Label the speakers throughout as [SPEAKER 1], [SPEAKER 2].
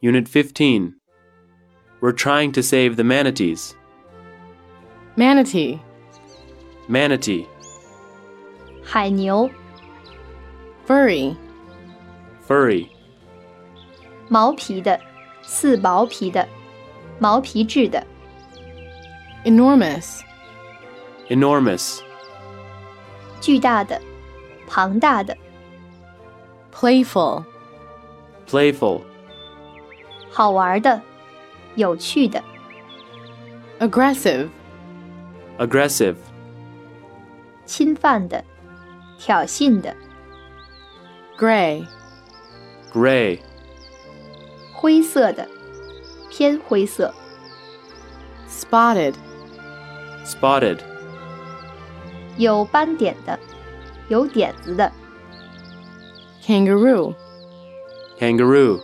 [SPEAKER 1] Unit 15. We're trying to save the manatees.
[SPEAKER 2] manatee,
[SPEAKER 1] Manatee.
[SPEAKER 3] 海牛、
[SPEAKER 2] furry,
[SPEAKER 1] Furry.
[SPEAKER 3] 毛皮的、似毛皮的、毛皮质的、
[SPEAKER 2] enormous,
[SPEAKER 1] Enormous.
[SPEAKER 3] 巨大的、庞大的、
[SPEAKER 2] playful,
[SPEAKER 1] Playful.
[SPEAKER 3] 好玩的、有趣的、
[SPEAKER 2] aggressive,
[SPEAKER 1] Aggressive.
[SPEAKER 3] 侵犯的、挑衅的、
[SPEAKER 2] gray,
[SPEAKER 1] Gray.
[SPEAKER 3] 灰色的、偏灰色、
[SPEAKER 2] spotted,
[SPEAKER 1] Spotted.
[SPEAKER 3] 有斑点的、有点子的、
[SPEAKER 2] kangaroo,
[SPEAKER 1] Kangaroo.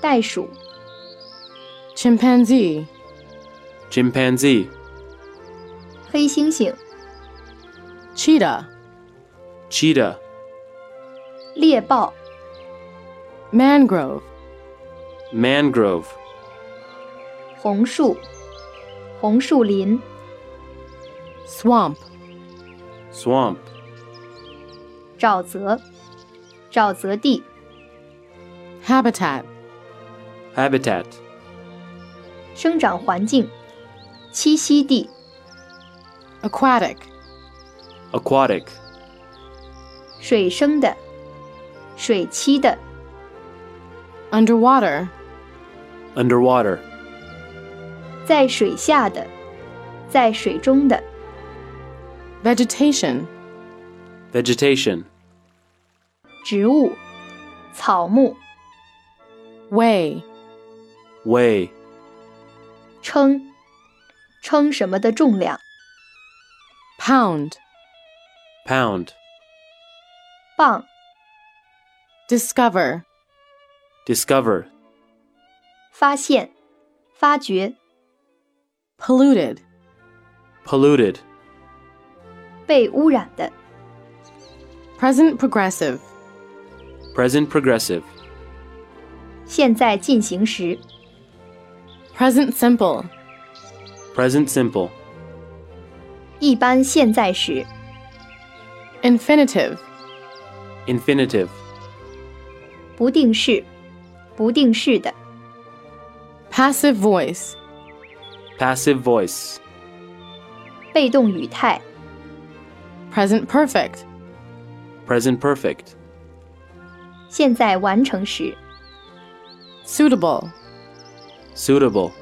[SPEAKER 3] 袋鼠、
[SPEAKER 2] chimpanzee,
[SPEAKER 1] Chimpanzee.
[SPEAKER 3] 黑猩猩、
[SPEAKER 2] cheetah,
[SPEAKER 1] Cheetah.
[SPEAKER 3] 猎豹、
[SPEAKER 2] mangrove,
[SPEAKER 1] Mangrove.
[SPEAKER 3] 红树、红树林、
[SPEAKER 2] swamp,
[SPEAKER 1] Swamp.
[SPEAKER 3] 沼泽、沼泽地、
[SPEAKER 2] habitat,
[SPEAKER 1] Habitat.
[SPEAKER 3] 生长环境、栖息地、
[SPEAKER 2] aquatic,
[SPEAKER 1] Aquatic.
[SPEAKER 3] 水生的、水栖的、
[SPEAKER 2] underwater,
[SPEAKER 1] Underwater.
[SPEAKER 3] 在水下的、在水中的、
[SPEAKER 2] vegetation,
[SPEAKER 1] Vegetation.
[SPEAKER 3] 植物、草木、
[SPEAKER 2] way,
[SPEAKER 1] Weigh.
[SPEAKER 3] 称、称什么的重量、
[SPEAKER 2] pound,
[SPEAKER 1] Pound.
[SPEAKER 3] 磅、
[SPEAKER 2] discover,
[SPEAKER 1] Discover.
[SPEAKER 3] 发现、发掘、
[SPEAKER 2] polluted,
[SPEAKER 1] Polluted.
[SPEAKER 3] 被污染的、
[SPEAKER 2] present progressive,
[SPEAKER 1] Present progressive.
[SPEAKER 3] 现在进行时、
[SPEAKER 2] present simple,
[SPEAKER 1] Present simple.
[SPEAKER 3] 一般现在时、
[SPEAKER 2] infinitive,
[SPEAKER 1] Infinitive.
[SPEAKER 3] 不定式、不定式的、
[SPEAKER 2] passive voice,
[SPEAKER 1] Passive voice.
[SPEAKER 3] 被动语态、
[SPEAKER 2] present perfect,
[SPEAKER 1] Present perfect.
[SPEAKER 3] 现在完成时、
[SPEAKER 2] suitable,
[SPEAKER 1] Suitable.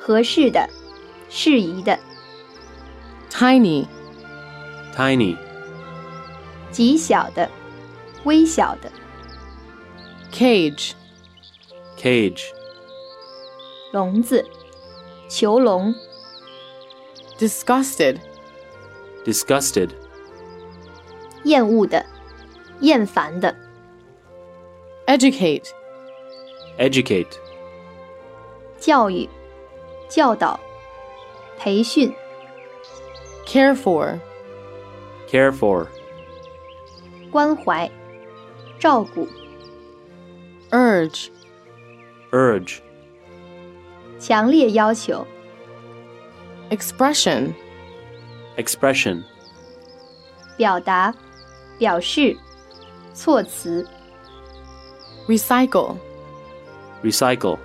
[SPEAKER 3] 合适的、适宜的、
[SPEAKER 2] tiny,
[SPEAKER 1] Tiny.
[SPEAKER 3] 极小的、微小的、
[SPEAKER 2] cage,
[SPEAKER 1] Cage.
[SPEAKER 3] 笼子、囚笼、
[SPEAKER 2] disgusted,
[SPEAKER 1] Disgusted.
[SPEAKER 3] 厌恶的、厌烦的、
[SPEAKER 2] educate,
[SPEAKER 1] Educate.
[SPEAKER 3] 教育、教导、培训、
[SPEAKER 2] care for,
[SPEAKER 1] Care for.
[SPEAKER 3] 关怀、照顾、
[SPEAKER 2] urge,
[SPEAKER 1] Urge.
[SPEAKER 3] 强烈要求、
[SPEAKER 2] expression,
[SPEAKER 1] Expression.
[SPEAKER 3] 表达、表示、措辞、
[SPEAKER 2] recycle,
[SPEAKER 1] Recycle.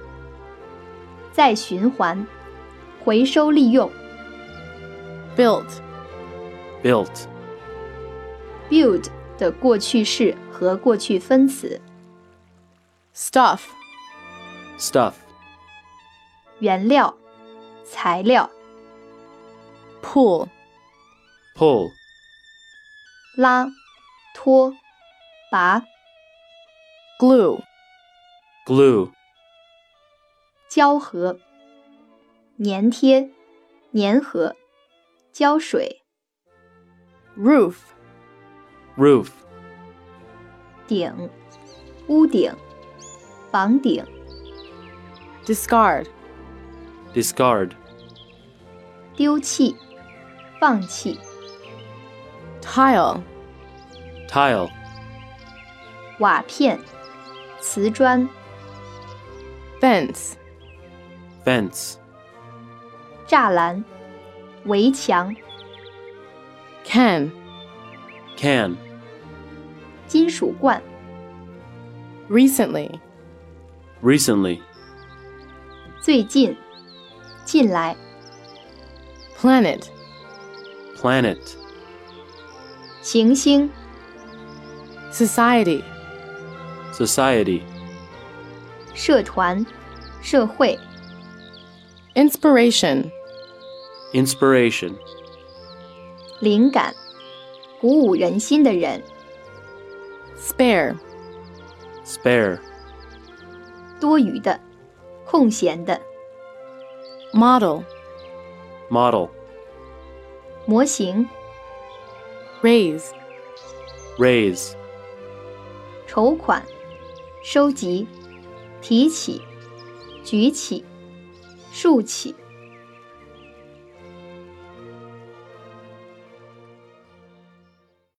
[SPEAKER 3] 再循环、回收利用、
[SPEAKER 2] built,
[SPEAKER 1] Built.
[SPEAKER 3] build 的过去式和过去分词、
[SPEAKER 2] stuff,
[SPEAKER 1] Stuff.
[SPEAKER 3] 原料、材料、
[SPEAKER 2] pull,
[SPEAKER 1] Pull.
[SPEAKER 3] 拉、拖、拔、
[SPEAKER 2] glue,
[SPEAKER 1] Glue.
[SPEAKER 3] 胶合、粘贴、粘合、胶水、
[SPEAKER 2] roof,
[SPEAKER 1] Roof.
[SPEAKER 3] 顶、屋顶、房顶。
[SPEAKER 2] discard,
[SPEAKER 1] Discard.
[SPEAKER 3] 丢弃、放弃、
[SPEAKER 2] tile,
[SPEAKER 1] Tile.
[SPEAKER 3] 瓦片、瓷砖、
[SPEAKER 2] fence,
[SPEAKER 1] fence,
[SPEAKER 3] 栅栏、围墙、
[SPEAKER 2] can,
[SPEAKER 1] can,
[SPEAKER 3] 金属罐、
[SPEAKER 2] recently,
[SPEAKER 1] recently,
[SPEAKER 3] 最近、近来、
[SPEAKER 2] planet,
[SPEAKER 1] planet,
[SPEAKER 3] 行星、
[SPEAKER 2] society,
[SPEAKER 1] society,
[SPEAKER 3] 社团、社会、
[SPEAKER 2] inspiration,
[SPEAKER 1] inspiration,
[SPEAKER 3] 灵感、鼓舞人心的人、
[SPEAKER 2] spare,
[SPEAKER 1] spare,
[SPEAKER 3] 多余的、空闲的、
[SPEAKER 2] model,
[SPEAKER 1] model,
[SPEAKER 3] 模型、
[SPEAKER 2] raise,
[SPEAKER 1] raise,
[SPEAKER 3] 筹款、收集、提起、举起、竖起、